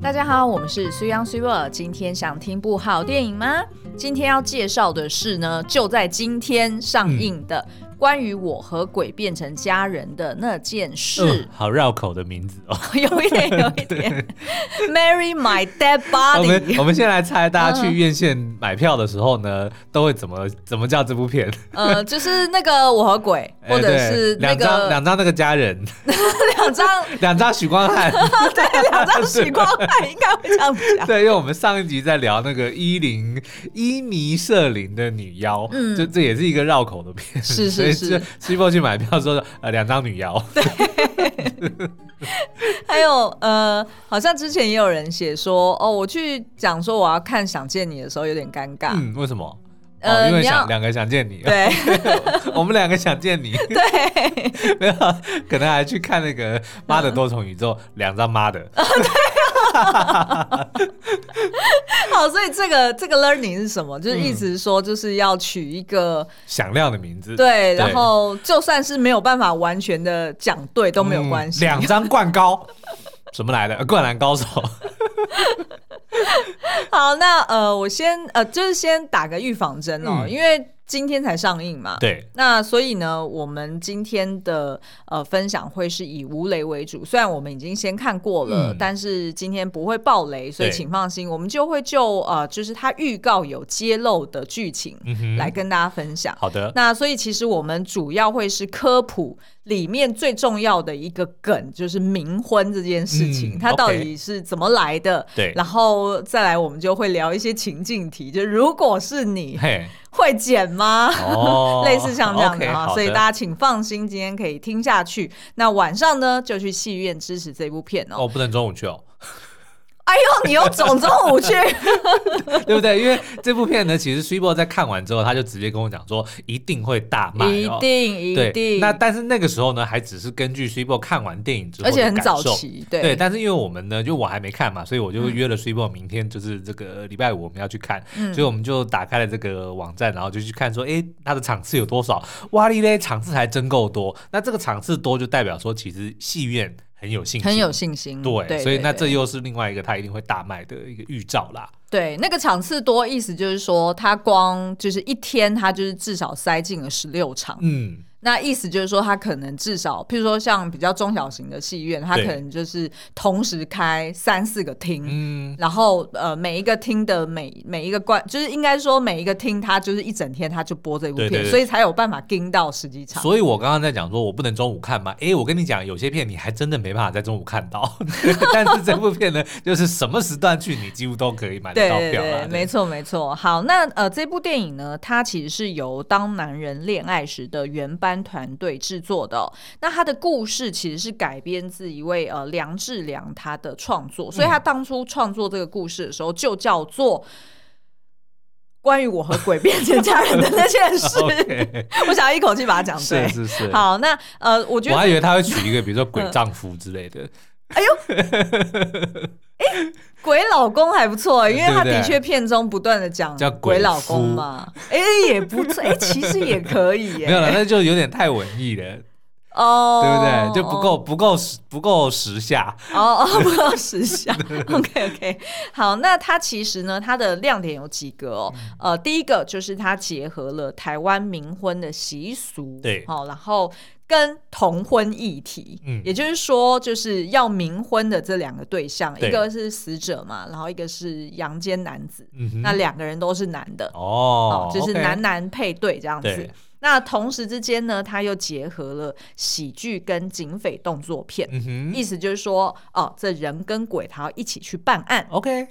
大家好，我们是苏央苏乐。今天想听部好电影吗？今天要介绍的是呢，就在今天上映的关于我和鬼变成家人的那件事嗯，，好绕口的名字哦。 有一点，有一 点。Marry my dead 我们 body，我们先来猜，大家去嗯院线买票的时候呢，都会怎么怎么叫这部片？呃，就是那个我和鬼， 或者哎对是那两张个两张那个家人， 两张两张许光汉。 两张许光汉应该会这样讲。对，因为我们上一集在聊那个伊林伊尼舍林的女妖，嗯就这也是一个绕口的片，是是 所以是就西伯去买票说的呃两张女妖，还有呃，好像之前也有人写说，哦，我去讲说我要看《想见你》的时候有点尴尬，嗯，为什么？呃哦，因为你要想两个想见你，对 我们两个想见你，对， 没有，可能还去看那个《妈的多重宇宙》两张妈的， 好，所以这个这个 learning 是什么？就是一直说就是要取一个、响亮的名字，对，然后就算是没有办法完全的讲对都没有关嗯系。两张灌高，什么来的？呃灌篮高手， 好，那呃，我先呃，就是先打个预防针哦，嗯因为今天才上映嘛。对，那所以呢，我们今天的呃分享会是以无雷为主，虽然我们已经先看过了，嗯但是今天不会爆雷，所以对请放心，我们就会就呃就是它预告有揭露的剧情、嗯哼，来跟大家分享。好 的，那所以其实我们主要会是科普里面最重要的一个梗，就是冥婚这件事情，嗯它到 OK 底是怎么来的？对然后再来我们就会聊一些情境题，就如果是你 嘿，会剪吗？哦类似像这样的 OK，哈好所以大家请放心，今天可以听下去。那晚上呢，就去戏院支持这部片哦。哦，不能中午去哦， 哎呦，你又总中午去，对不对？因为这部片呢，其实 s u p e 在看完之后，他就直接跟我讲说，一定会大卖、哦，一定一对，定，那但是那个时候呢，还只是根据 s u p e 看完电影之后，而且很早。期，对嗯对，但是因为我们呢，就我还没看嘛，所以我就约了 s u p e 明天就是这个礼拜五我们要去看，所以我们就打开了这个网站，然后就去看说，诶，它的场次有多少？哇哩嘞，场次还真够多。那这个场次多，就代表说其实戏院很有信心，很有信心。对，对所以对那对这又是另外一个它一定会大卖的一个预兆啦。对，那个场次多，意思就是说，他光就是一天，他就是至少塞进了十六场。嗯，那意思就是说，他可能至少，譬如说像比较中小型的戏院，他可对能就是同时开三四个厅。嗯，然后呃，每一个厅的每每一个关，就是应该说每一个厅，它就是一整天，它就播这部片，对对对所以才有办法盯到十几场。所以我刚刚在讲说，我不能中午看嘛。诶，我跟你讲，有些片你还真的没办法在中午看到， 但是这部片呢，就是什么时段去你几乎都可以买得对到对票对啦。，没错，，错没错。好，那呃，这部电影呢，它其实是由《当男人恋爱时》的原班团队制作的哦、那它的故事其实是改编自一位呃梁志良他的创作，所以他当初创作这个故事的时候就叫做。关于我和鬼变成家人的那件事 OK， 我想要一口气把它讲对是。是是。好，那呃，我觉得嗯我还以为他会取一个，比如说鬼丈夫之 类的。鬼老公还不错、因为他哎对的对确片中不断的讲叫鬼鬼老公夫嘛，哎、也不 错，哎、其实也可以耶、没有了，那就有点太文艺了，哦，对不对？就不够不够时不够时下。哦 哦，不够时效。OK OK，好，那它其实呢，它的亮点有几个嗯哦。呃，第一个就是它结合了台湾冥婚的习俗，对好、然后。跟同婚议题，嗯也就是说，就是要冥婚的这两个对象，对一个是死者嘛，然后一个是阳间男子，嗯那哼，两个人都是男的，哦哦，，就是 OK 男男配对这样子对。那同时之间呢，它又结合了喜剧跟警匪动作片，嗯哼意思就是说，哦，这人跟鬼他要一起去办案。 ，OK，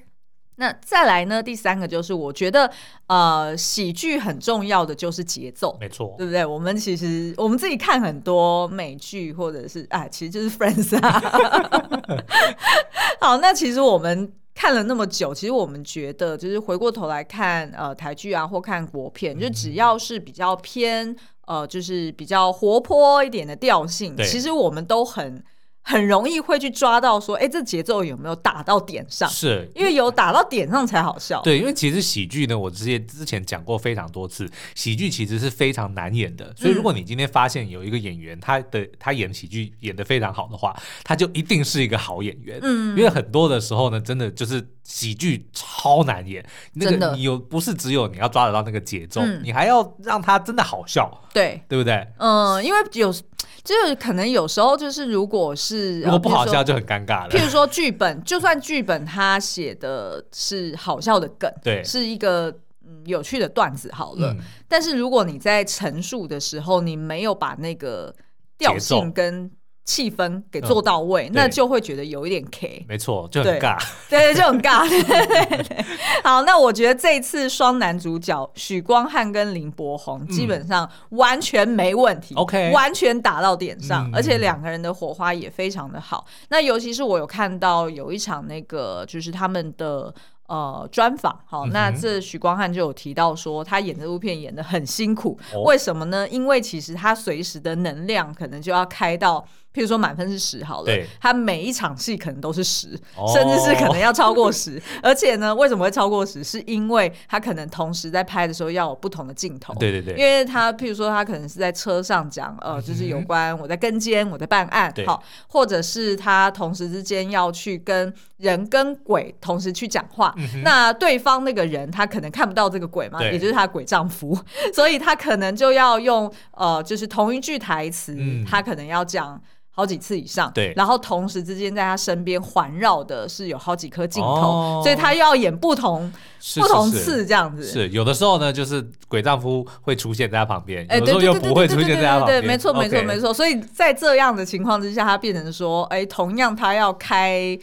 那再来呢，第三个就是我觉得，呃，喜剧很重要的就是节奏。没错。对不对？我们其实我们自己看很多美剧，或者是啊，其实就是 Friends 啊。 好，那其实我们看了那么久，其实我们觉得就是回过头来看呃台剧啊，或看国片，就嗯只要是比较偏呃，就是比较活泼一点的调性，对其实我们都很。很容易会去抓到说，哎、这节奏有没有打到点上？是因为有打到点上才好笑。对，因为其实喜剧呢，我之前之前讲过非常多次，喜剧其实是非常难演的。嗯所以如果你今天发现有一个演员，他的他演喜剧演得非常好的话，他就一定是一个好演员。嗯因为很多的时候呢，真的就是喜剧超难演，那真个的你有不是只有你要抓得到那个节奏，嗯你还要让他真的好笑，对，对不对？嗯、因为有就是可能有时候就是如果是如果不好。呃笑就很尴尬譬如说譬了。如说剧本，就算剧本他写的是好笑的梗，对，是一个嗯有趣的段子好了，嗯，但是如果你在陈述的时候，你没有把那个调节奏嗯性跟气氛给做到位，那就会觉得有一点 K，没错，就对很尬。对对，就很尬。对对对好，那我觉得这一次双男主角许光汉跟林柏宏基本上完全没问题、嗯 OK 完全打到点上，嗯而且两个人的火花也非常的好。那尤其是我有看到有一场那个就是他们的。呃，专访好，嗯哼那这许光汉就有提到说，他演这部片演的很辛苦，哦为什么呢？因为其实他随时的能量可能就要开到，譬如说满分是十好了对，他每一场戏可能都是十、哦甚至是可能要超过十。而且呢，为什么会超过十？是因为他可能同时在拍的时候要有不同的镜头。对对对嗯因为他譬如说他可能是在车上讲，呃，就是有关我在跟监，我在办案对，好，或者是他同时之间要去跟人跟鬼同时去讲话。那对方那个人他可能看不到这个鬼嘛，嗯对也就是他的鬼丈夫， 所以他可能就要用呃，就是同一句台词，嗯他可能要讲。好几次以上，对然后同时之间在他身边环绕的是有好几颗镜头，哦所以他又要演不同是不同是是次这样子。是有的时候呢，就是鬼丈夫会出现在他旁边，哎，有的对时对候又对对不会对出对现在他对旁对，边。没错没错 OK 没。错。所以在这样的情况之下，他变成说，哎，同样他要开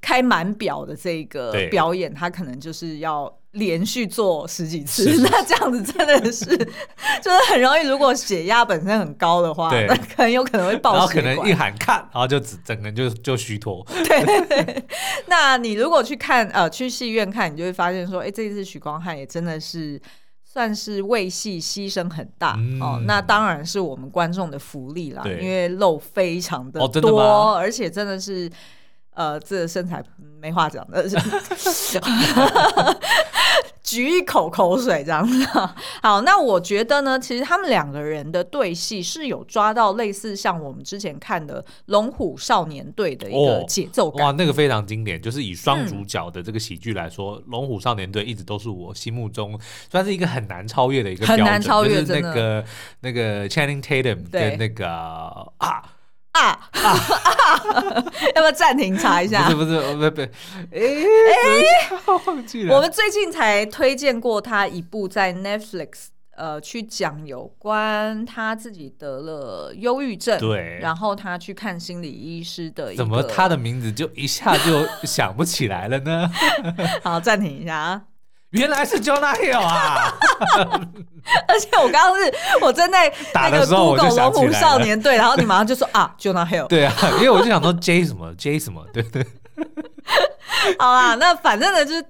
开满表的这个对表演，他可能就是要连续做十几次是。 那这样子真的是，就是很容易，如果血压本身很高的话，对那可能有可能会然爆后可血能一管。喊看，然后就只整个人就就虚脱。 那你如果去看呃去戏院看，你就会发现说，哎，这一次许光汉也真的是。算是为戏牺牲很大、嗯哦，那当然是我们观众的福利啦，对因为肉非常的哦真的多，吗而且真的是。呃，这个身材没话讲的， 举一口口水这样子。 好，那我觉得呢，其实他们两个人的对戏是有抓到类似像我们之前看的《龙虎少年队》的一个哦节奏感。哇，那个非常经典，就是以双主角的这个喜剧来说，龙虎少年队》一直都是我心目中算是一个很难超越的一个标很准，难超越就是那真的个那个 Channing Tatum 对跟那个啊，啊啊！ 要不要暂停查一不下是？不是，呃不不，哎，等一下忘记我了，们最近才推荐过他一部在 Netflix 呃去讲有关他自己得了忧郁症，对然后他去看心理医师的一个。怎么他的名字就一下就想不起来了呢？好暂停一下啊！ 原来是 Jonah Hill 啊！而且我刚刚是我正在打那的个时候我就 Google 想龙起来了虎少年队，然后你马上就说啊 Jonah Hill。 对啊，因为我就想说 J 什么 J 什么，对对好啦，那反正呢，就是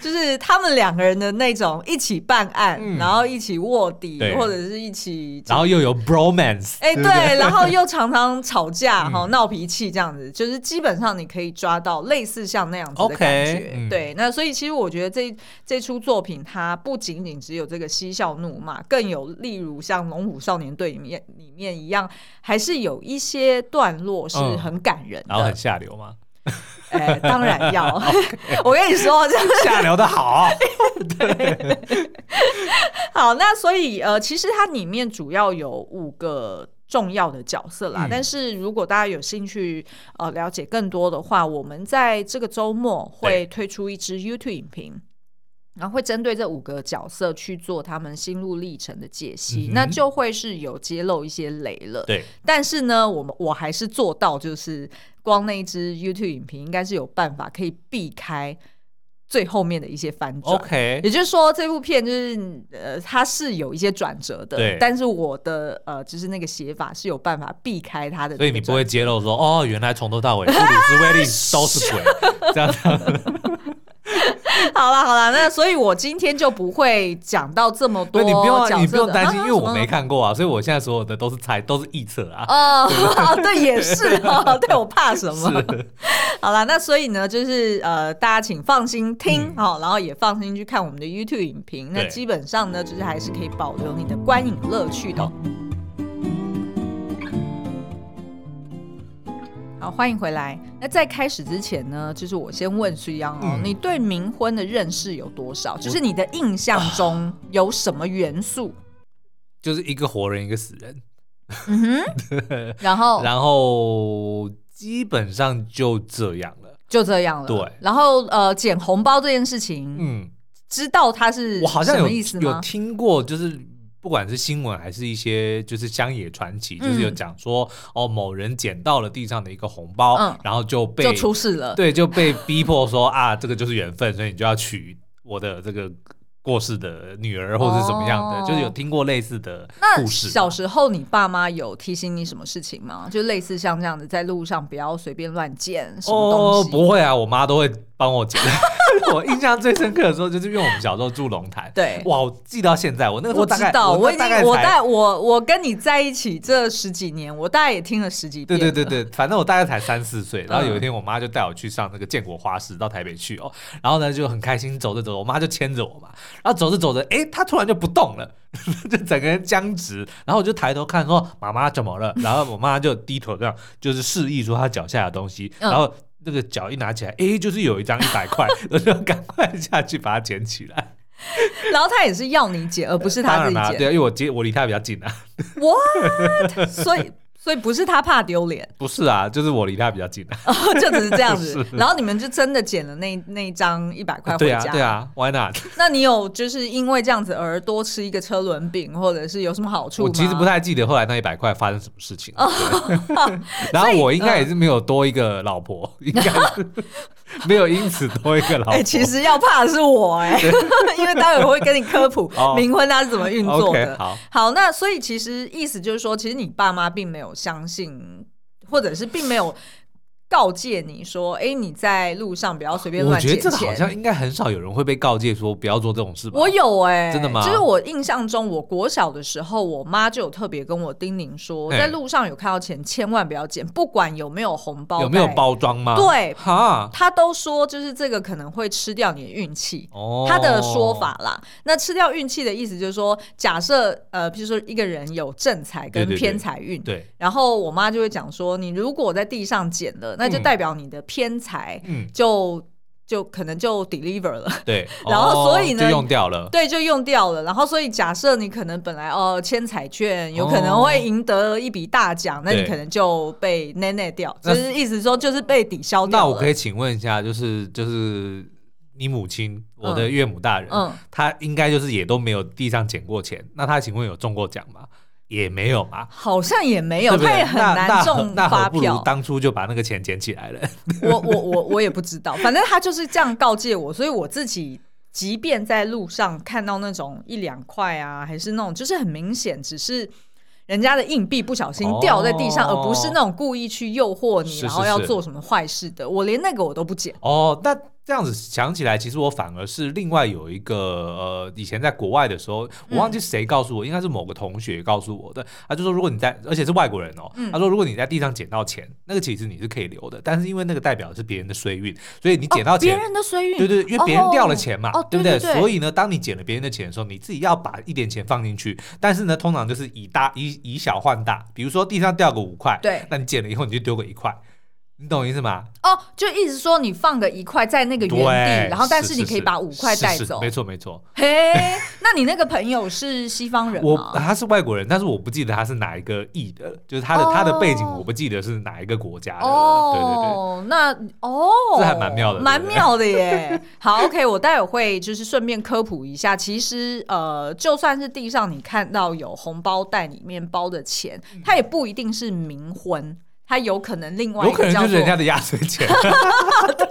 就是他们两个人的那种一起办案，嗯然后一起卧底对，或者是一起 然后又有 bromance，哎、对嗯不对，然后又常常吵架哈，闹脾气这样子，就是基本上你可以抓到类似像那样子的 OK，感觉。嗯对，那所以其实我觉得这这出作品它不仅仅只有这个嬉笑怒骂，更有例如像《龙虎少年队》里面里面一样，还是有一些段落是嗯很感人然后的很。下流嘛，哎、当然要， 我跟你说，这下流 的好，好，那所以呃，其实它里面主要有五个重要的角色啦。嗯但是如果大家有兴趣呃了解更多的话，我们在这个周末会推出一支 YouTube 影评。然后会针对这五个角色去做他们心路历程的解析，嗯哼那就会是有揭露一些雷了。对，但是呢，我们我还是做到，就是光那一支 YouTube 影评应该是有办法可以避开最后面的一些翻转。 OK，也 就是说，这部片就是呃，它是有一些转折对的，但是我的呃，就是那个写法是有办法避开它的那个转折，所以你不会揭露 说哦，原来从头到尾布鲁斯威利都是鬼，这样子 好了好了，那所以我今天就不会讲到这么多 啊对，你不角色的，用你不用担心，啊 因为我没看过啊，所以我现在所有的都是猜，都是臆测啊。哦，哦对，也是 哦，对我怕什么？ 是，好啦，那所以呢，就是呃，大家请放心听好、哦，然后也放心去看我们的 YouTube 影评。那嗯对基本上呢，就是还是可以保留你的观影乐趣的哦。好，欢迎回来。那在开始之前呢，就是我先问苏央哦，嗯你对冥婚的认识有多少？就是你的印象中有什么元素？ 就是一个活人，一个死人，嗯哼，然后然后基本上就这样了。就这样了。对然后呃，捡红包这件事情，嗯，知道它是我好像什有么意思有吗？听过，就是不管是新闻还是一些就是乡野传奇，就是有嗯讲说哦，某人捡到了地上的一个红包，嗯然后就被就出事了。对就被逼迫说啊，这个就是缘分，所以你就要娶我的这个过世的女儿或者是怎么样的，哦就是有听过类似的那故事。小时候你爸妈有提醒你什么事情吗？就类似像这样子，在路上不要随便乱捡什么哦，东西。不会啊，我妈都会帮我捡。 我印象最深刻的时候，就是因为我们小时候住龙潭，对哇，我记到现在，我那个时候我大知概，道，我我那已大经概我才大我我跟你在一起这十几年，我大概也听了十几遍。对对对，对，反正我大概才三四岁，然后有一嗯天我妈就带我去上那个建国花市，到台北去哦，然后呢就很开心走着走着，我妈就牵着我嘛，然后走着走着，诶，她突然就不动了， 就整个人僵直，然后我就抬头看说妈妈怎么了，然后我妈就低头这样，就是示意说她脚下的东西，嗯然后。那个脚一拿起来，诶，就是有一张一百块，我就赶快下去把它捡起来。然后他也是要你捡，而不是当他自然己啦，对捡。啊，因为我接我离她比较近啊。 What？所以所以不是他怕丢脸， 不是啊，就是我离她比较近啊。就只是这样 子。然后你们就真的捡了那那一张一百块回对家。啊，对啊，Why not？那你有就是因为这样子而多吃一个车轮饼，或者是有什么好处吗？我其实不太记得后来那一百块发生什么事情。 对然后我应嗯该也是没有多一个老婆，应该是没有因此多一个老哎、婆。其实要怕的是我哎、 因为待会会跟你科普哦冥婚它是怎么运作 OK 的。好，那所以其实意思就是说，其实你爸妈并没有相信，或者是并没有告诫你说，哎、你在路上不要随便我乱捡觉得这个好像钱。应该很少有人会被告诫说不要做这种事吧？我有哎、真的吗就是我印象中，我国小的时候，我妈就有特别跟我叮咛说，嘿在路上有看到钱，千万不要捡，不管有没有红包，有没有？包啊装吗？哎对哈，他都说就是这个可能会吃掉你的运气。哦，他的说法啦，那吃掉运气的意思就是说，假设呃，比如说一个人有正财跟对对对偏财运，哦对，然后我妈就会讲说，你如果在地上捡了，那就嗯代表你的偏财嗯，就、就可能就 deliver 了，对。然后哦所以呢就用掉 了。对，就用掉了。然后所以假设你可能本来哦签彩券，有可能会赢得一笔大奖，那你对可能就被奈奈掉，就那是意思说就是被抵消掉那了。我可以请问一下，就是就是你母亲，我的岳母大人，嗯她应该就是也都没有地上捡过钱，那她请问有中过奖吗？也没有嘛，好像也没有，对不对他也很那难中那何发那何不如票。当初就把那个钱捡起来了。 我我我我也不知道，反正他就是这样告诫我，所以我自己即便在路上看到那种一两块啊，还是那种就是很明显只是。人家的硬币不小心掉在地上，哦而不是那种故意去诱惑你，是然后是要是做什么坏事的。我连那个我都不捡。哦，那这样子想起来，其实我反而是另外有一个呃，以前在国外的时候，嗯我忘记谁告诉我，应该是某个同学告诉我的，他就说如果你在，而且是外国人哦，嗯他说如果你在地上捡到钱，那个其实你是可以留的，但是因为那个代表的是别人的衰运，所以你捡到哦别钱。人的衰运，对对，因为别人掉了钱嘛，哦哦不对对对所以呢，当你捡了别人的钱的时候，你自己要把一点钱放进去，但是呢，通常就是以大以以小换大，比如说地上掉个五块，对那你捡了以后你就丢个一块，你懂我意思吗？哦，就意思说你放个一块在那个原对，地，然后但是是你可以把五块带是是走没。错没错。 嘿，那你那个朋友是西方人我吗？他是外国人，但是我不记得他是哪一个裔的，就是他的、哦他的背景我不记得是哪一个国家的了。哦，那哦，这还蛮妙的对不对蛮妙的 耶。好，OK，我待会会就是顺便科普一下，其实呃，就算是嗯地上你看到有红包袋里面包的钱，它也不一定是冥婚。他有可能另外一有个可能叫就是人做家的压岁钱， 对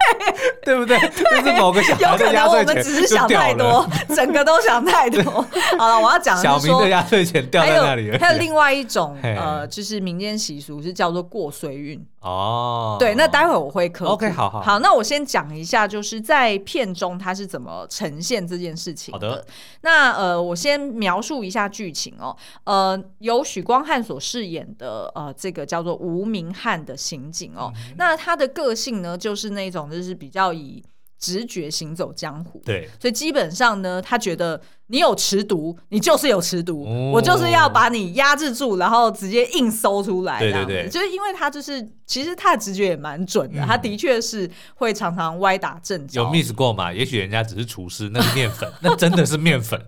对不对？就是某个小 有孩可的能哦压我岁们钱只是就想掉太了，多，整个都想太多。 好了，我要讲小是明说的，压岁钱掉还在那里有了。还有另外一种嘿呃，就是民间习俗是叫做过岁运。哦，对，那待会儿我会科普。 OK，好好好，那我先讲一下，就是在片中它是怎么呈现这件事情好的那呃，我先描述一下剧情哦。呃，由许光汉所饰演的呃，这个叫做无名汉的刑警哦。嗯那他的个性呢，就是那种就是比较以直觉行走江湖。对，所以基本上呢，他觉得你有持毒，你就是有持毒，哦我就是要把你压制住，然后直接硬搜出来。对这样子对对就是因为他就是，其实他的直觉也蛮准的，嗯他的确是会常常歪打正有着。 miss 过嘛？也许人家只是厨师，那是面粉，那真的是 面粉。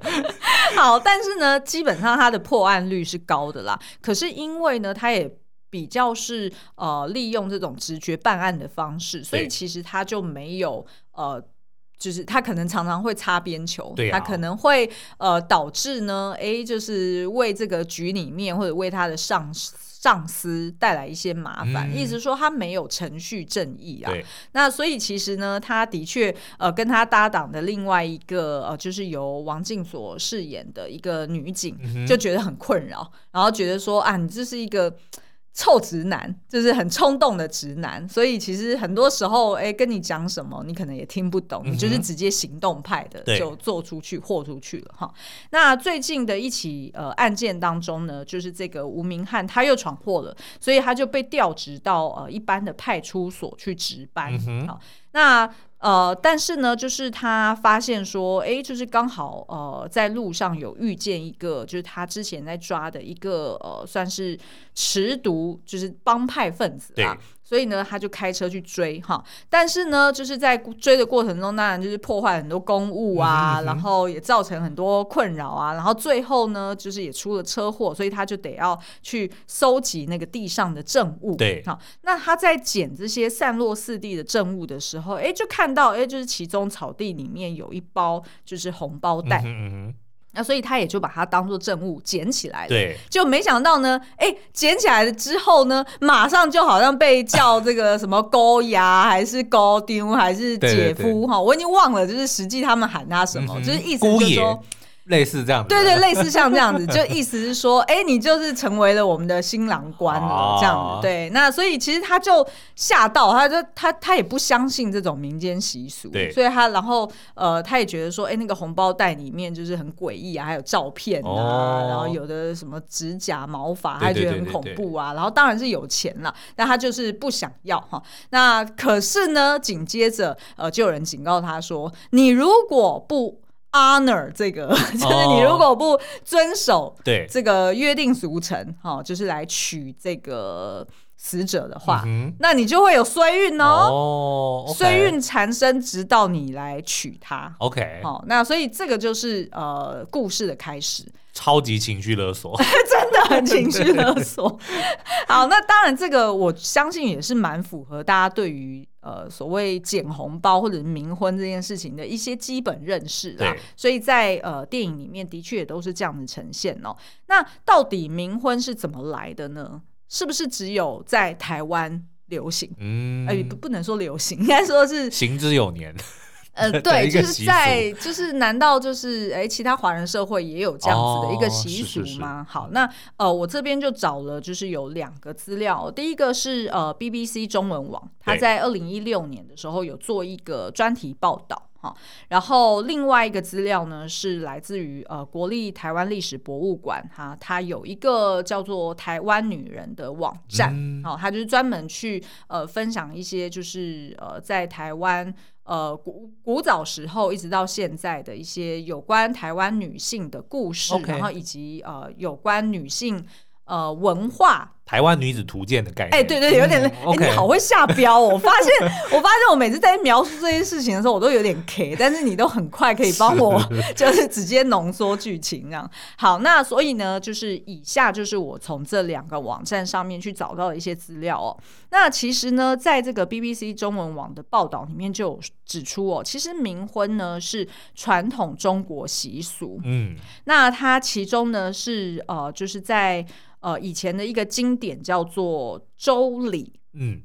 好，但是呢，基本上他的破案率是高的啦。可是因为呢，他也。比较是呃利用这种直觉办案的方式，所以对其实他就没有呃，就是他可能常常会擦边球，对啊他可能会呃导致呢，诶，就是为这个局里面或者为他的上司上司带来一些麻烦，嗯意思说他没有程序正义啊，对，那所以其实呢，他的确呃跟他搭档的另外一个呃，就是由王静所饰演的一个女警，嗯哼就觉得很困扰，然后觉得说啊，你这是一个。臭直男就是很冲动的直男，所以其实很多时候，哎、跟你讲什么，你可能也听不懂，嗯哼你就是直接行动派的对就做出去、豁出去了哈。那最近的一起呃案件当中呢，就是这个吴明翰他又闯祸了，所以他就被调职到呃一般的派出所去值班。嗯哼好，那呃，但是呢，就是他发现说，诶，就是刚好呃，在路上有遇见一个，就是他之前在抓的一个呃，算是持毒，就是帮派分子啊对。所以呢，他就开车去追哈，但是呢，就是在追的过程中，当然就是破坏很多公物啊，嗯哼嗯哼然后也造成很多困扰啊，然后最后呢，就是也出了车祸，所以他就得要去搜集那个地上的证物。对好，那他在捡这些散落四地的证物的时候，哎，就看到，哎，就是其中草地里面有一包就是红包嗯袋，哼嗯哼，那所以他也就把它当做证物捡起来了。对，就没想到呢，哎、捡起来了之后呢，马上就好像被叫这个什么勾牙，还是勾丢，还是姐对对对夫哈，我已经忘了，就是实际他们喊他什么，嗯哼就是意思姑就是爷说，类似这样的。对对，类似像这 样子，就意思是说，哎、你就是成为了我们的新郎官了，哦这样子。对，那所以其实他就吓到，他就他他也不相信这种民间习俗，对所以他然后呃，他也觉得说，哎、那个红包袋里面就是很诡异啊，还有照片啊，哦然后有的什么指甲、毛发，他对觉得对对很对恐对怖啊。然后当然是有钱了，但他就是不想要哈。那可是呢，紧接着呃，就有人警告他说，你如果不 honor 这个， 就是你如果不遵守对，这个约定俗成，哈、哦，就是来取这个死者的话，嗯那你就会有衰运哼哦，哦，衰运缠身，直到你来取它。 OK，哦，那所以这个就是呃故事的开始，超级情绪 勒索。真的很情绪勒 索。好，那当然这个我相信也是蛮符合大家对于呃所谓捡红包或者冥婚这件事情的一些基本认识啦对。所以在呃电影里面的确也都是这样的呈现哦。那到底冥婚是怎么来的呢？是不是只有在台湾流行？嗯，哎、不不能说流行， 应该说是 行之有 年，呃， 的对，一个就是习在就是，难道就是哎，其他华人社会也有这样子的一个哦习是俗是是吗？好，那呃，我这边就找了，就是有两个资料，哦第一个是呃 BBC 中文网，它对在二零一六年的时候有做一个专题报道哈，然后另外一个资料呢是来自于呃国立台湾历史博物馆哈，它有一个叫做台湾女人的网站，嗯好、哦他就是专门去呃分享一些就是呃在台湾呃古古早时候一直到现在的一些有关台湾女性的故事 OK 然后以及呃有关女性呃文化台湾女子图鉴的概念。哎、对对，有点累、嗯哎 OK，你好会下标、哦。我发现，我发现我每次在描述这些事情的时候，我都有点 K，但是你都很快可以帮我， 就是直接浓缩剧情这样。好，那所以呢，就是以下就是我从这两个网站上面去找到的一些资料哦。那其实呢，在这个 BBC 中文网的报道里面就有指出哦，其实冥婚呢是传统中国习俗，嗯，那它其中呢是呃，就是在呃以前的一个经经典叫做《周礼》，嗯，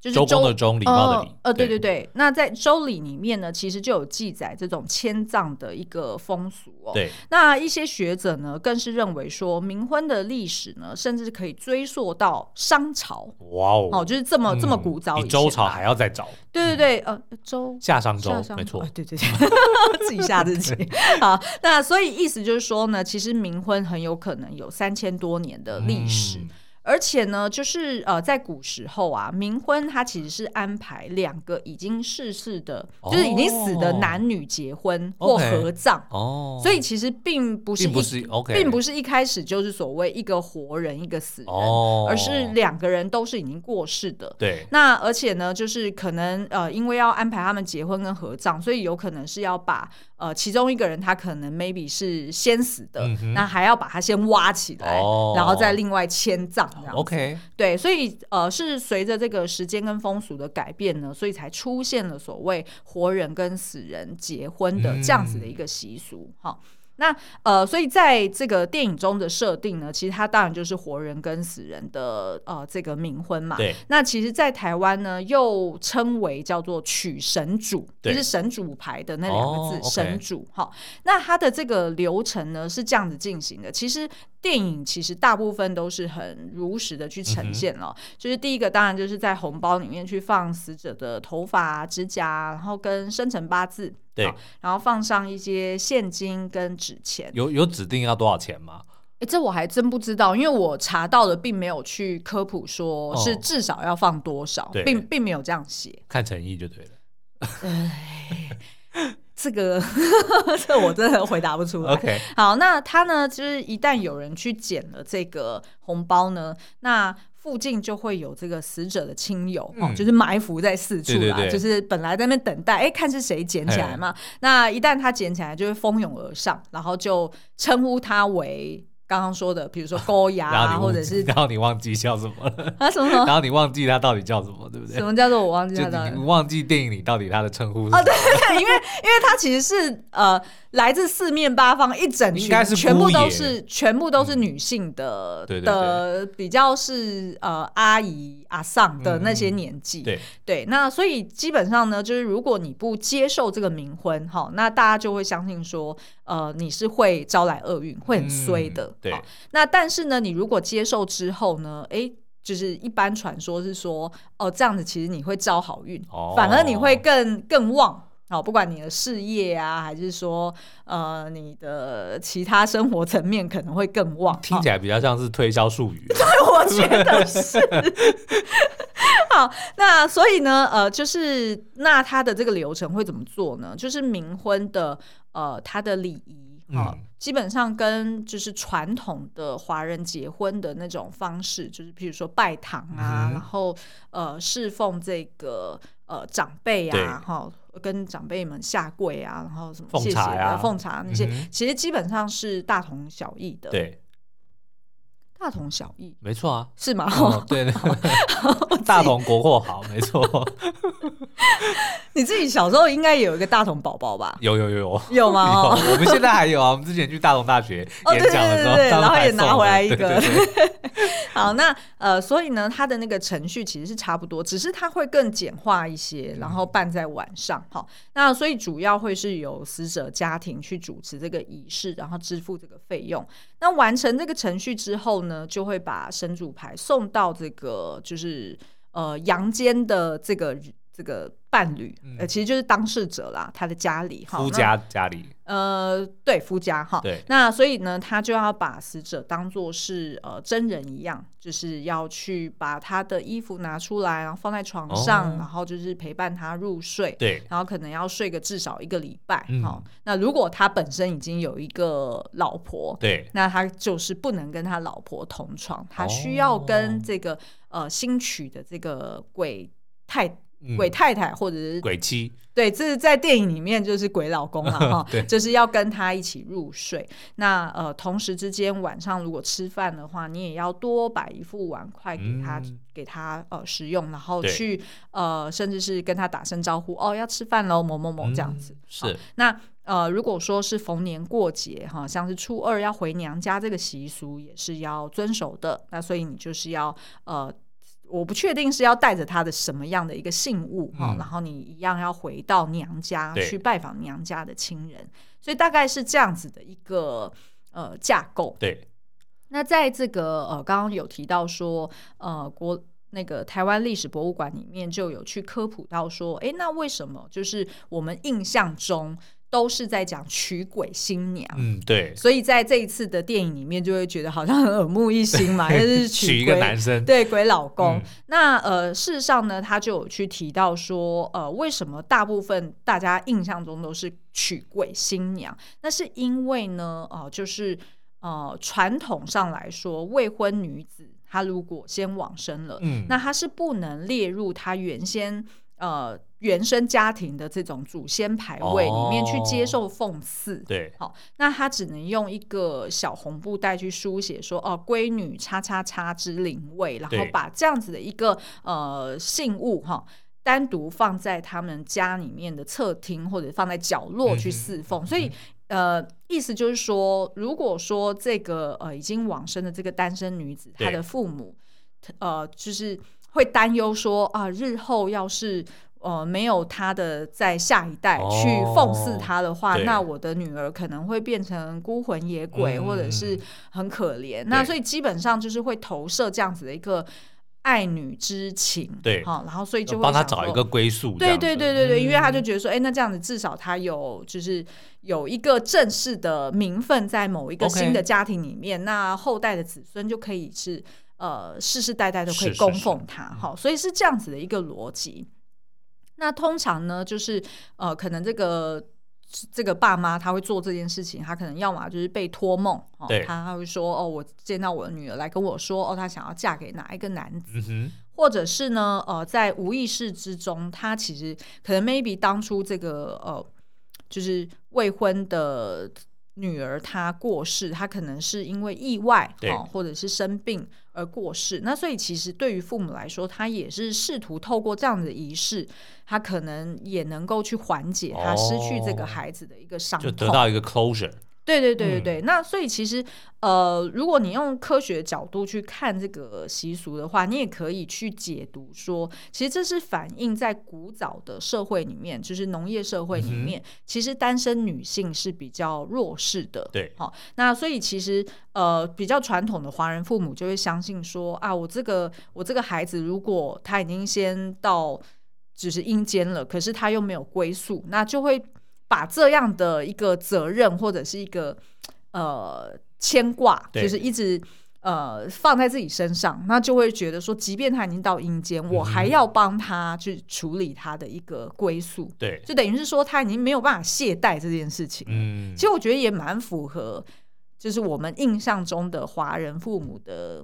就是周公的周，礼貌的礼呃，呃，对对，对，那在《周礼》里面呢，其实就有记载这种迁葬的一个风俗哦。对，那一些学者呢，更是认为说，冥婚的历史呢，甚至可以追溯到商朝哇哦，哦，就是这么、这么嗯古早以比周前朝吧还要再早，对对对，呃，周夏商周夏商，没错啊，对对对， 自己吓自 己。好，那所以意思就是说呢，其实冥婚很有可能有三千多年的呃历史。嗯而且呢，就是呃，在古时候啊，冥婚它其实是安排两个已经逝世的，哦就是已经死的男女结婚或 OK 合葬，哦，所以其实并不是并不一是 OK，并不是一开始就是所谓一个活人一个死人，哦，而是两个人都是已经过世的，对那而且呢，就是可能呃，因为要安排他们结婚跟合葬，所以有可能是要把呃其中一个人他可能 maybe 是先死的，嗯哼那还要把他先挖起来，哦然后再另外迁葬这样。 ，OK，对，所以呃是随着这个时间跟风俗的改变呢，所以才出现了所谓活人跟死人结婚的这样子的一个习俗。好、那呃，所以在这个电影中的设定呢，其实它当然就是活人跟死人的呃这个冥婚嘛。对，那其实，在台湾呢，又称为叫做取神主，就对是神主牌的那两个字，哦，OK 神主。好，那它的这个流程呢是这样子进行的。其实电影其实大部分都是很如实的去嗯呈现了、就是第一个，当然就是在红包里面去放死者的头发啊、指甲啊，然后跟生辰八字，对好然后放上一些现金跟纸钱。有有指定要多少钱吗？哎，这我还真不知道，因为我查到的并没有去科普说哦是至少要放多少，对并并没有这样写。看诚意就对了。这个 这我真的回答不出来。 OK，好，那他呢，就是一旦有人去捡了这个红包呢，那。附近就会有这个死者的亲友，哦嗯就是埋伏在四处啦，对对对就是本来在那边等待，哎、看是谁捡起来嘛。那一旦他捡起来，就会蜂拥而上，然后就称呼他为刚刚说的，比如说勾牙然后 啊，或你忘者是记然后你忘记叫什么了， 啊什么什么然后你忘记他到底叫什 么，对不对什？么叫做我忘记就他的你你忘记电影里到底他的称呼是哦什 么？因为因为他其实是呃来自四面八方一整群，应该是全部姑爷都是全部都是女性的、对对的比较是呃阿姨阿丧的那些年纪，嗯对，对，那所以基本上呢，就是如果你不接受这个冥婚，哈，那大家就会相信说，呃，你是会招来厄运，会很衰的。哦嗯对好那但是呢，你如果接受之后呢，诶，就是一般传说是说，哦，这样子其实你会招好运，哦反而你会更更旺。哦，不管你的事业啊，还是说呃你的其他生活层面，可能会更旺。好听起来比较像是推销术语。 我觉得是。 好，那所以呢，呃，就是那他的这个流程会怎么做呢？就是冥婚的呃，他的礼仪啊，嗯基本上跟就是传统的华人结婚的那种方式，就是譬如说拜堂啊，嗯哼然后呃侍奉这个呃长辈对啊，哈。跟长辈们下跪啊，然后什么奉谢谢茶呀的奉茶那些，嗯哼其实基本上是大同小异的， 对，大同小异没错啊。是吗？ 哦，对， 大同国货好，没错，你自己小时候应该有一个大同宝宝吧？有有有 有。 有吗？哦 有我们现在还有啊，我们之前去大同大学哦演讲的时候，对对对对然他们后也还送拿我回来一对对个对好，那呃，所以呢，它的那个程序其实是差不多，只是它会更简化一些，嗯然后办在晚上。好，那所以主要会是由死者家庭去主持这个仪式，然后支付这个费用。那完成这个程序之后呢，就会把神主牌送到这个就是呃阳间的这个这个伴侣，呃，嗯其实就是当事者啦，他的家里。 好夫那家家里，呃，对，夫家哈，对那所以呢，他就要把死者当做是呃真人一样，就是要去把他的衣服拿出来，然后放在床上，哦然后就是陪伴他入睡，对，然后可能要睡个至少一个礼拜。嗯好、那如果他本身已经有一个老婆，对，那他就是不能跟他老婆哦同床，他需要跟这个、呃新娶的这个鬼太嗯鬼太太或者是鬼妻，对，这是在电影里面就是鬼老公了哈 对，就是要跟他一起入睡。那呃，同时之间晚上如果吃饭的话，你也要多摆一副碗筷给他、嗯给他呃食用，然后对去呃甚至是跟他打声招呼哦，要吃饭喽，某某某哦这样子。嗯好是那呃，如果说是逢年过节哈，像是初二要回娘家这个习俗也是要遵守的。那所以你就是要呃，我不确定是要带着他的什么样的一个信物哈，嗯然后你一样要回到娘家对去拜访娘家的亲人，所以大概是这样子的一个呃架构。对，那在这个呃，刚刚有提到说，呃，国那个台湾历史博物馆里面就有去科普到说，诶，那为什么就是我们印象中都是在讲娶鬼新娘？嗯对，所以在这一次的电影里面，就会觉得好像很耳目一新 嘛，就是娶娶一个鬼男生，对鬼老公。嗯那呃，事实上呢，他就有去提到说，呃，为什么大部分大家印象中都是娶鬼新娘？那是因为呢，哦、就是呃，传统上来说，未婚女子她如果先往生了，嗯，那她是不能列入她原先呃原生家庭的这种祖先牌位里面去接受奉祀。哦对，好，那他只能用一个小红布袋去书写说，哦，闺女叉叉叉之灵位，然后对把这样子的一个呃信物哈。单独放在他们家里面的客厅，或者放在角落去嗯哼侍奉，所以呃，意思就是说，如果说这个呃已经往生的这个单身女子，她对的父母呃，就是会担忧说啊，日后要是呃没有她的在下一代哦去奉祀她的话，对那我的女儿可能会变成孤魂野鬼，嗯或者是很可怜。那对所以基本上就是会投射这样子的一个爱女之情，对好，然后所以就会帮他想找一说个归宿这对样子，对对对对，因为他嗯就觉得说，哎、那这样子至少他有就是有一个正式的名分在某一个 OK 新的家庭里面，那后代的子孙就可以是呃世世代代都可是以是供是嗯奉他，好，所以是这样子的一个逻辑。那通常呢，就是呃，可能这个这个爸妈他会做这件事情，他可能要么就是被托梦，哦对，他他会说哦，我见到我的女儿来跟我说，哦，她想要嫁给哪一个男子。嗯哼，或者是呢，呃，在无意识之中，他其实可能 maybe 当初这个呃，就是未婚的女儿她过世，她可能是因为意外对哦，或者是生病而过世。那所以其实对于父母来说，他也是试图透过这样的仪式，他可能也能够去缓解他失去这个哦孩子的一个伤就痛，得到一个 closure，对对对对嗯对，那所以其实呃，如果你用科学角度去看这个习俗的话，你也可以去解读说，其实这是反映在古早的社会里面，就是农业社会里面，其实单身女性是比较弱势的。对好、那所以其实呃，比较传统的华人父母就会相信说啊，我这个我这个孩子如果他已经先到只是阴间了，可是他又没有归宿，那就会把这样的一个责任或者是一个呃牵挂，对就是一直呃放在自己身上，那就会觉得说，即便他已经到阴间，我还要帮他去处理他的一个归宿，对，就等于是说他已经没有办法懈怠这件事情。嗯其，实我觉得也蛮符合，就是我们印象中的华人父母的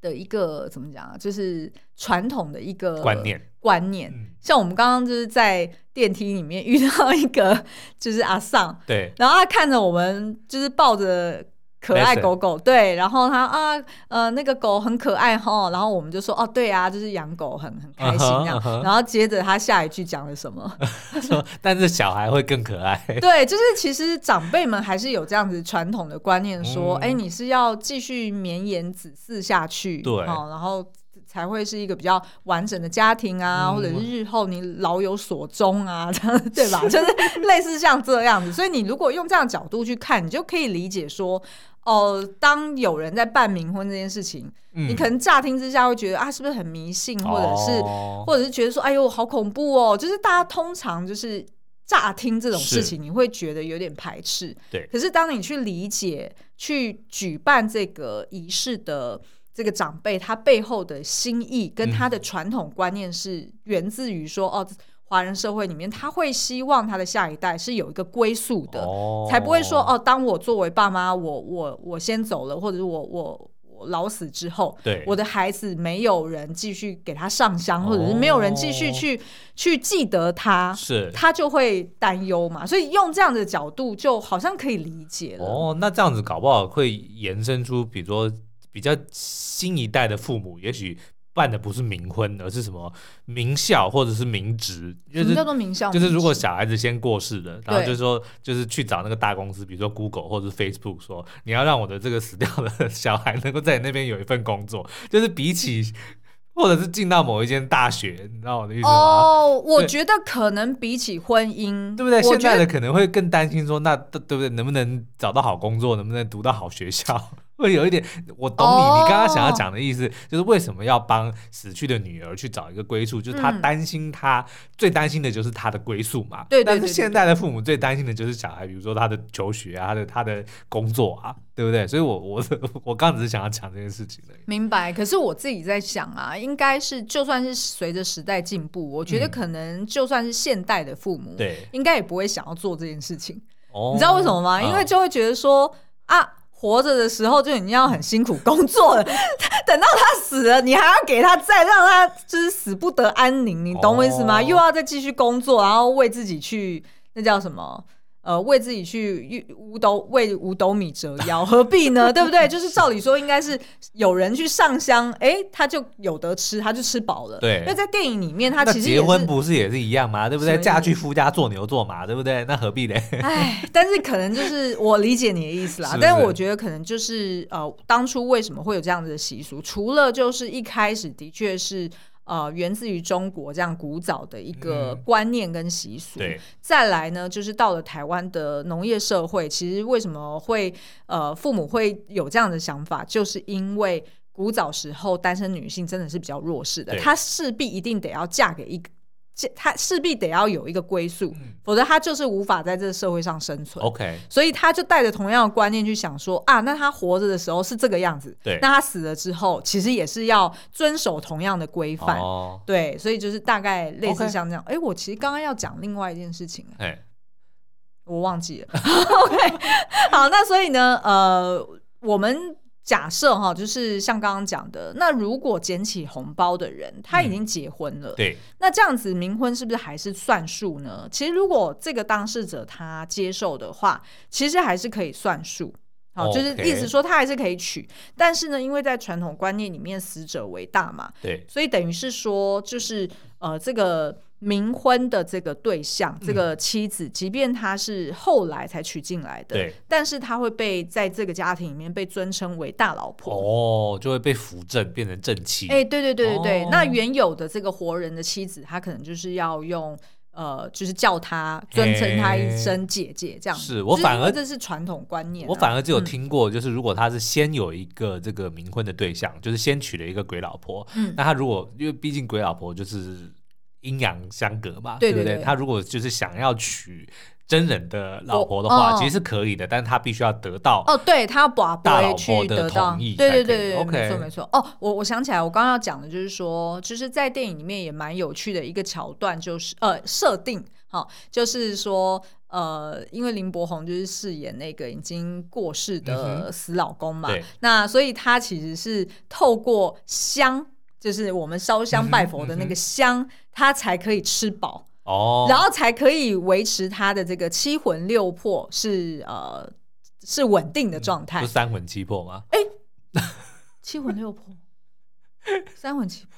的一个怎么讲啊，就是传统的一个观念观念。嗯像我们刚刚就是在电梯里面遇到一个 就是阿尚，对，然后他看着我们就是抱着。可爱 Mason 狗狗对，然后他啊呃那个狗很可爱哈，然后我们就说哦对啊，就是养狗很很开心这样嗯哼嗯哼然后接着他下一句讲了什么？说但是小孩会更可 爱，对，就是其实长辈们还是有这样子传统的观念，说，嗯哎、你是要继续绵延子嗣下去，对哦，然后才会是一个比较完整的家庭啊，嗯或者是日后你老有所终啊， 这样对吧？就是类似像这样子，所以你如果用这样的角度去看，你就可以理解说。哦，当有人在办冥婚这件事情，嗯你可能乍听之下会觉得啊，是不是很迷信，或者是哦或者是觉得说，哎呦，好恐怖哦！就是大家通常就是乍听这种事情，你会觉得有点排斥。对可是当你去理解、去举办这个仪式的这个长辈，他背后的心意跟他嗯的传统观念是源自于说，哦，华人社会里面他会希望他的下一代是有一个归宿的。哦才不会说哦，当我作为爸妈，我我我先走了，或者是我我我老死之后，对哦我的孩子没有人继续给他上香，或者是没有人继续去去记得他，是他就会担忧嘛。所以用这样的角度，就好像可以理解了。哦，那这样子搞不好会延伸出，比如说比较新一代的父母，也许办的不是冥婚，而是什么名校或者是名职，就什么是叫做名校？就是如果名职小孩子先过世了，然后对就说就是去找那个大公司，比如说 Google 或者是 Facebook 说，你要让我的这个死掉的小孩能够在你那边有一份工作，就是比起或者是进到某一间大学，你知道我的意思吗？哦，我啊对觉得可能比起婚姻，对不对？我现觉在得的可能会更担心说，那对对不对？能不能找到好工作？能不能读到好学校？ 会有一点，我懂你。哦你刚刚想要讲的意思就是，为什么要帮死去的女儿去找一个归宿？就是他嗯担心他、最担心的就是他的归宿嘛。对对但对对是现在的父母最担心的就是小孩，比如说他的求学啊，他的他的工作啊，对不对？所以我我 我刚刚只是想要讲这件事情而已。明白，可是我自己在想啊，应该是就算是随着时代进步，我觉得嗯可能就算是现代的父母，对，应该也不会想要做这件事情。哦你知道为什么吗？因为就会觉得说啊。活着的时候就已经要很辛苦工作了， 等到他死了，你还要给他再让他就是死不得安宁，你懂我意思吗？哦又要再继续工作，然后为自己去那叫什么？呃，为自己去五斗为五斗米折腰，何必 呢？对不对？就是照理说，应该是有人去上香，哎，他就有得吃，他就吃饱了。对那在电影里面，他那其实也结是婚不是也是一样吗？对不什对？么意思嫁去夫家做牛做马，对不对？那何必 嘞？唉，但是可能就是我理解你的意思啦，是不但是我觉得可能就是呃，当初为什么会有这样子的习俗，除了就是一开始的确是。呃，源自于中国这样古早的一个嗯观念跟习俗。，再来呢，就是到了台湾的农业社会，其实为什么会呃父母会有这样的想法，就是因为古早时候单身女性真的是比较弱势的，对她势必一定得要嫁给一个，嫁她势必得要有一个归宿，嗯哦否则她就是无法在这个社会上生存。 ，OK，所以她就带着同样的观念去想说啊，那她活着的时候是这个样子，对那她死了之后，其实也是要遵守同样的规范。哦，对，所以就是大概类似 OK 像这样。哎、我其实刚刚要讲另外一件事情，啊哎，我忘记了。OK，好，那所以呢，呃，我们假设哈，就是像刚刚讲的，那如果捡起红包的人他已经结婚了，嗯对，那这样子冥婚是不是还是算数呢？其实如果这个当事者他接受的话，其实还是可以算数。好，就是 OK 意思说他还是可以娶，但是呢，因为在传统观念里面，死者为大嘛，对，所以等于是说，就是呃，这个冥婚的这个对象，这个妻子，即便她是后来才娶进来的对，但是她会被在这个家庭里面被尊称为大老婆。哦，就会被扶正，变成正妻。哎、对对对对对，哦那原有的这个活人的妻子，她可能就是要用。呃，就是叫她尊称她一声姐姐这样子，哎是我就是因为反而这是传统观念啊、我反而只有嗯听过，就是如果他是先有一个这个冥婚的对象，就是先娶了一个鬼老婆，嗯那他如果因为毕竟鬼老婆就是阴阳相隔嘛，对不对对？对他如果就是想要娶真人的老婆的话，哦哦其实是可以的，但是他必须要得到哦，对他要把不大老会婆去的得到同意，对才对可以对对，OK 没错没错。哦，我我想起来，我刚刚要讲的就是说，就是在电影里面也蛮有趣的一个桥段，就是呃设定，好、就是说。呃，因为林柏宏就是饰演那个已经过世嗯的死老公嘛，对那所以他其实是透过香，就是我们烧香拜佛的那嗯哼嗯个哼香，他才可以吃饱。哦，然后才可以维持他的这个七魂六魄是呃是稳定的状态就。三魂七魄嘛。哎七魂六魄， 三魂七魄。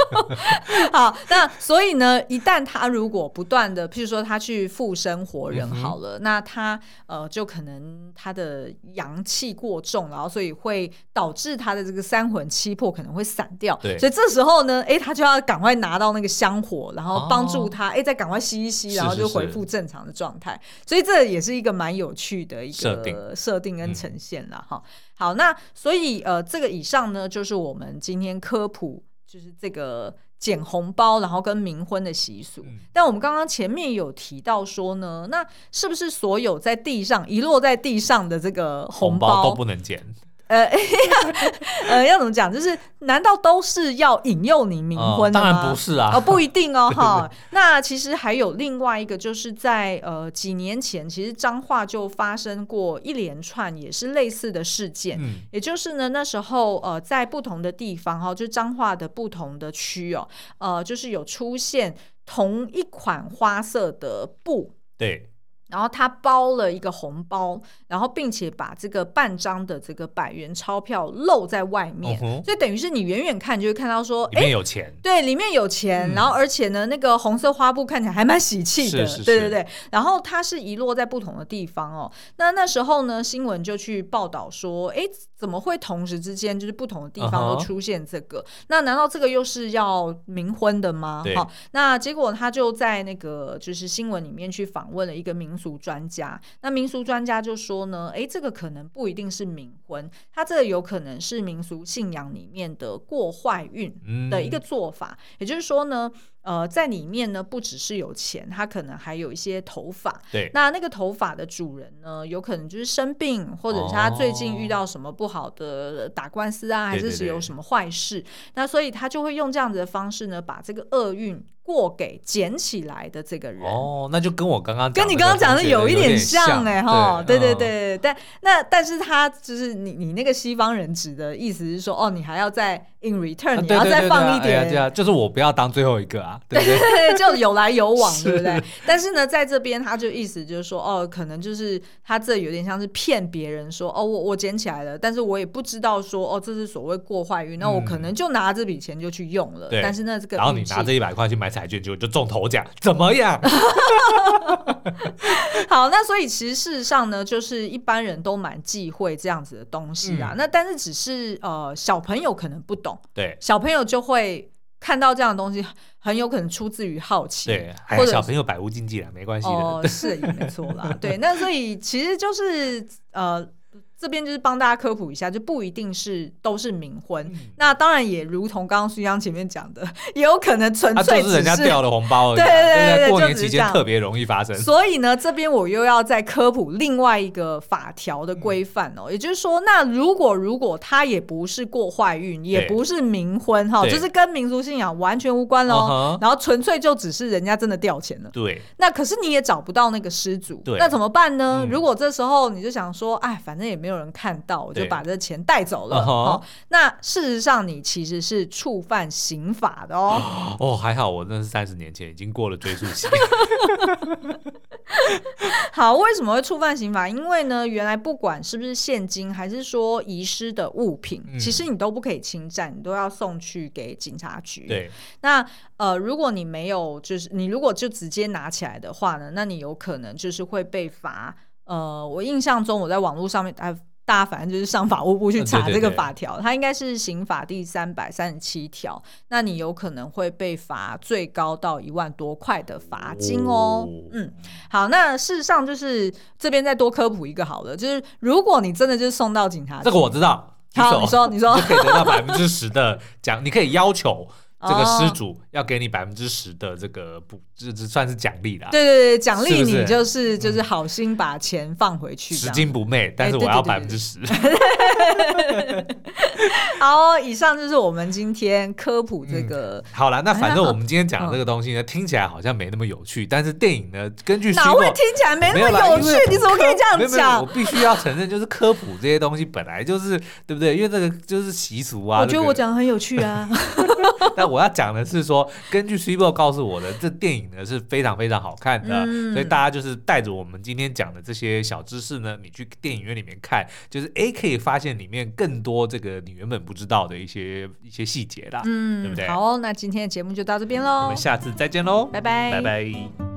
好，那所以呢，一旦他如果不断的，譬如说他去附身活人嗯哼好了，那他呃就可能他的阳气过重，然后所以会导致他的这个三魂七魄可能会散掉。对所以这时候呢，哎、他就要赶快拿到那个香火，然后帮助哦他，哎、再赶快吸一吸，是然后是就是恢复正常的状态。所以这也是一个蛮有趣的一设定个设定跟嗯呈现啦。哈、好，那所以呃，这个以上呢，就是我们今天科普，就是这个捡红包，然后跟冥婚的习俗。嗯但我们刚刚前面有提到说呢，那是不是所有在地上遗落在地上的这个红包包都不能捡，呃呃，要怎么讲？就是难道都是要引诱你冥哦婚的当吗？然不是啊，哦，不一定 哦，哈。那其实还有另外一个，就是在呃几年前，其实彰化就发生过一连串也是类似的事件。嗯，也就是呢，那时候呃，在不同的地方哈、哦，就彰化的不同的区哦，呃，就是有出现同一款花色的布，对，然后他包了一个红包，然后并且把这个半张的这个百元钞票露在外面，嗯哼所以等于是你远远看你就会看到说，里哎，面有钱，对，里面有钱，嗯然后而且呢，那个红色花布看起来还蛮喜气的，是是对是对对。然后它是遗落在不同的地方哦。那那时候呢，新闻就去报道说，哎，怎么会同时之间就是不同的地方嗯都哼出现这个？那难道这个又是要冥婚的吗？对好、那结果他就在那个就是新闻里面去访问了一个民俗专家，那民俗专家就说呢，哎，这个可能不一定是冥婚，它这个有可能是民俗信仰里面的过坏运。嗯的一个做法。也就是说呢，呃，在里面呢不只是有钱，它可能还有一些头发。对，那那个头发的主人呢，有可能就是生病，或者是他最近遇到什么不好的打官司啊，还哦对是对是对有什么坏事？那所以他就会用这样子的方式呢，把这个厄运过给捡起来的这个人。哦，那就跟我刚刚跟你刚刚讲的有一点像哎、哈，对嗯对，对，但那但是他就是你你那个西方人指的意思是说，哦，你还要再 in return，、嗯你要再放一点，对啊，就是我不要当最后一个 啊，对不对？对，就有来有往，是对不对？但是呢，在这边他就意思就是说，哦，可能就是他这有点像是骗别人说，哦，我我捡起来了，但是我也不知道说，哦，这是所谓过坏运，那我嗯可能就拿这笔钱就去用了，对但是那这个然后你运气拿这一百块去买彩券，结果就中头奖，怎么 样？好，那所以其实事实上呢，就是一般人都蛮忌讳这样子的东西啊。嗯那但是只是呃，小朋友可能不懂，对小朋友就会看到这样的东西，很有可能出自于好奇，对，哎或呀，者小朋友百无禁忌了，没关系哦 的，，是也没错啦。对，那所以其实就是呃，这边就是帮大家科普一下，就不一定是都是冥婚。嗯那当然也如同刚刚苏央前面讲的，也有可能纯啊，粹就只是人家掉了红包而已啊，对对对对不过就年只期是间这样特别容易发生，所以呢，这边我又要再科普另外一个法条的嗯规范哦，也就是说，那如果如果他也不是过坏运，也不是冥婚哈，对就是跟民俗信仰完全无关嗯喽。哼然后纯粹就只是人家真的掉钱了，对，那可是你也找不到那个失主，对啊那怎么办呢？嗯如果这时候你就想说，哎，反正也没有人看到，我就对把这钱带走了。嗯哼哦，那事实上你其实是触犯刑法的哦。 哦，还好我那是三十年前，已经过了追溯 期，好，为什么会触犯刑法？因为呢，原来不管是不是现金，还是说遗失的物品，嗯其实你都不可以侵占，你都要送去给警察局。，对，那呃，如果你没有，就是你如果就直接拿起来的话呢，那你有可能就是会被罚。呃，我印象中我在网络上面，哎，大家反正就是上法务部去嗯对查对这个对法条，它应该是刑法第三百三十七条，那你有可能会被罚最高到一万多块的罚金哦哦嗯。好，那事实上就是这边再多科普一个好了，就是如果你真的就是送到警察局，这个我知道。举 好，手你说你说就可以得到百分之十的奖，你可以要求这个哦失主要给你百分之十的这个补，这这算是奖励啦。对对对，奖励是不是嗯你就是就是好心把钱放回去这拾样，金不昧，但是对我要对对百分对之十。好，以上就是我们今天科普这个。好了，那反正还好我们今天讲嗯的这个东西呢，听起来好像没那么有趣，但是电影呢，根据哪 Sumo- 会听起来没有那啦么有因趣为？你怎么可以这样没有没有我讲？必须要承认，就是科普这些东西本来就是对不对？因为这个就是习俗啊。我觉这得个我，讲的很有趣啊。 但我要讲的是说，根据 s u p e 告诉我的，这电影呢是非常非常好看的，嗯所以大家就是带着我们今天讲的这些小知识呢，你去电影院里面看，就是诶可以发现里面更多这个你原本不知道的一些一些 细节啦。对嗯不对好哦，那今天的节目就到这边我喽们，下次再见喽，拜拜，拜拜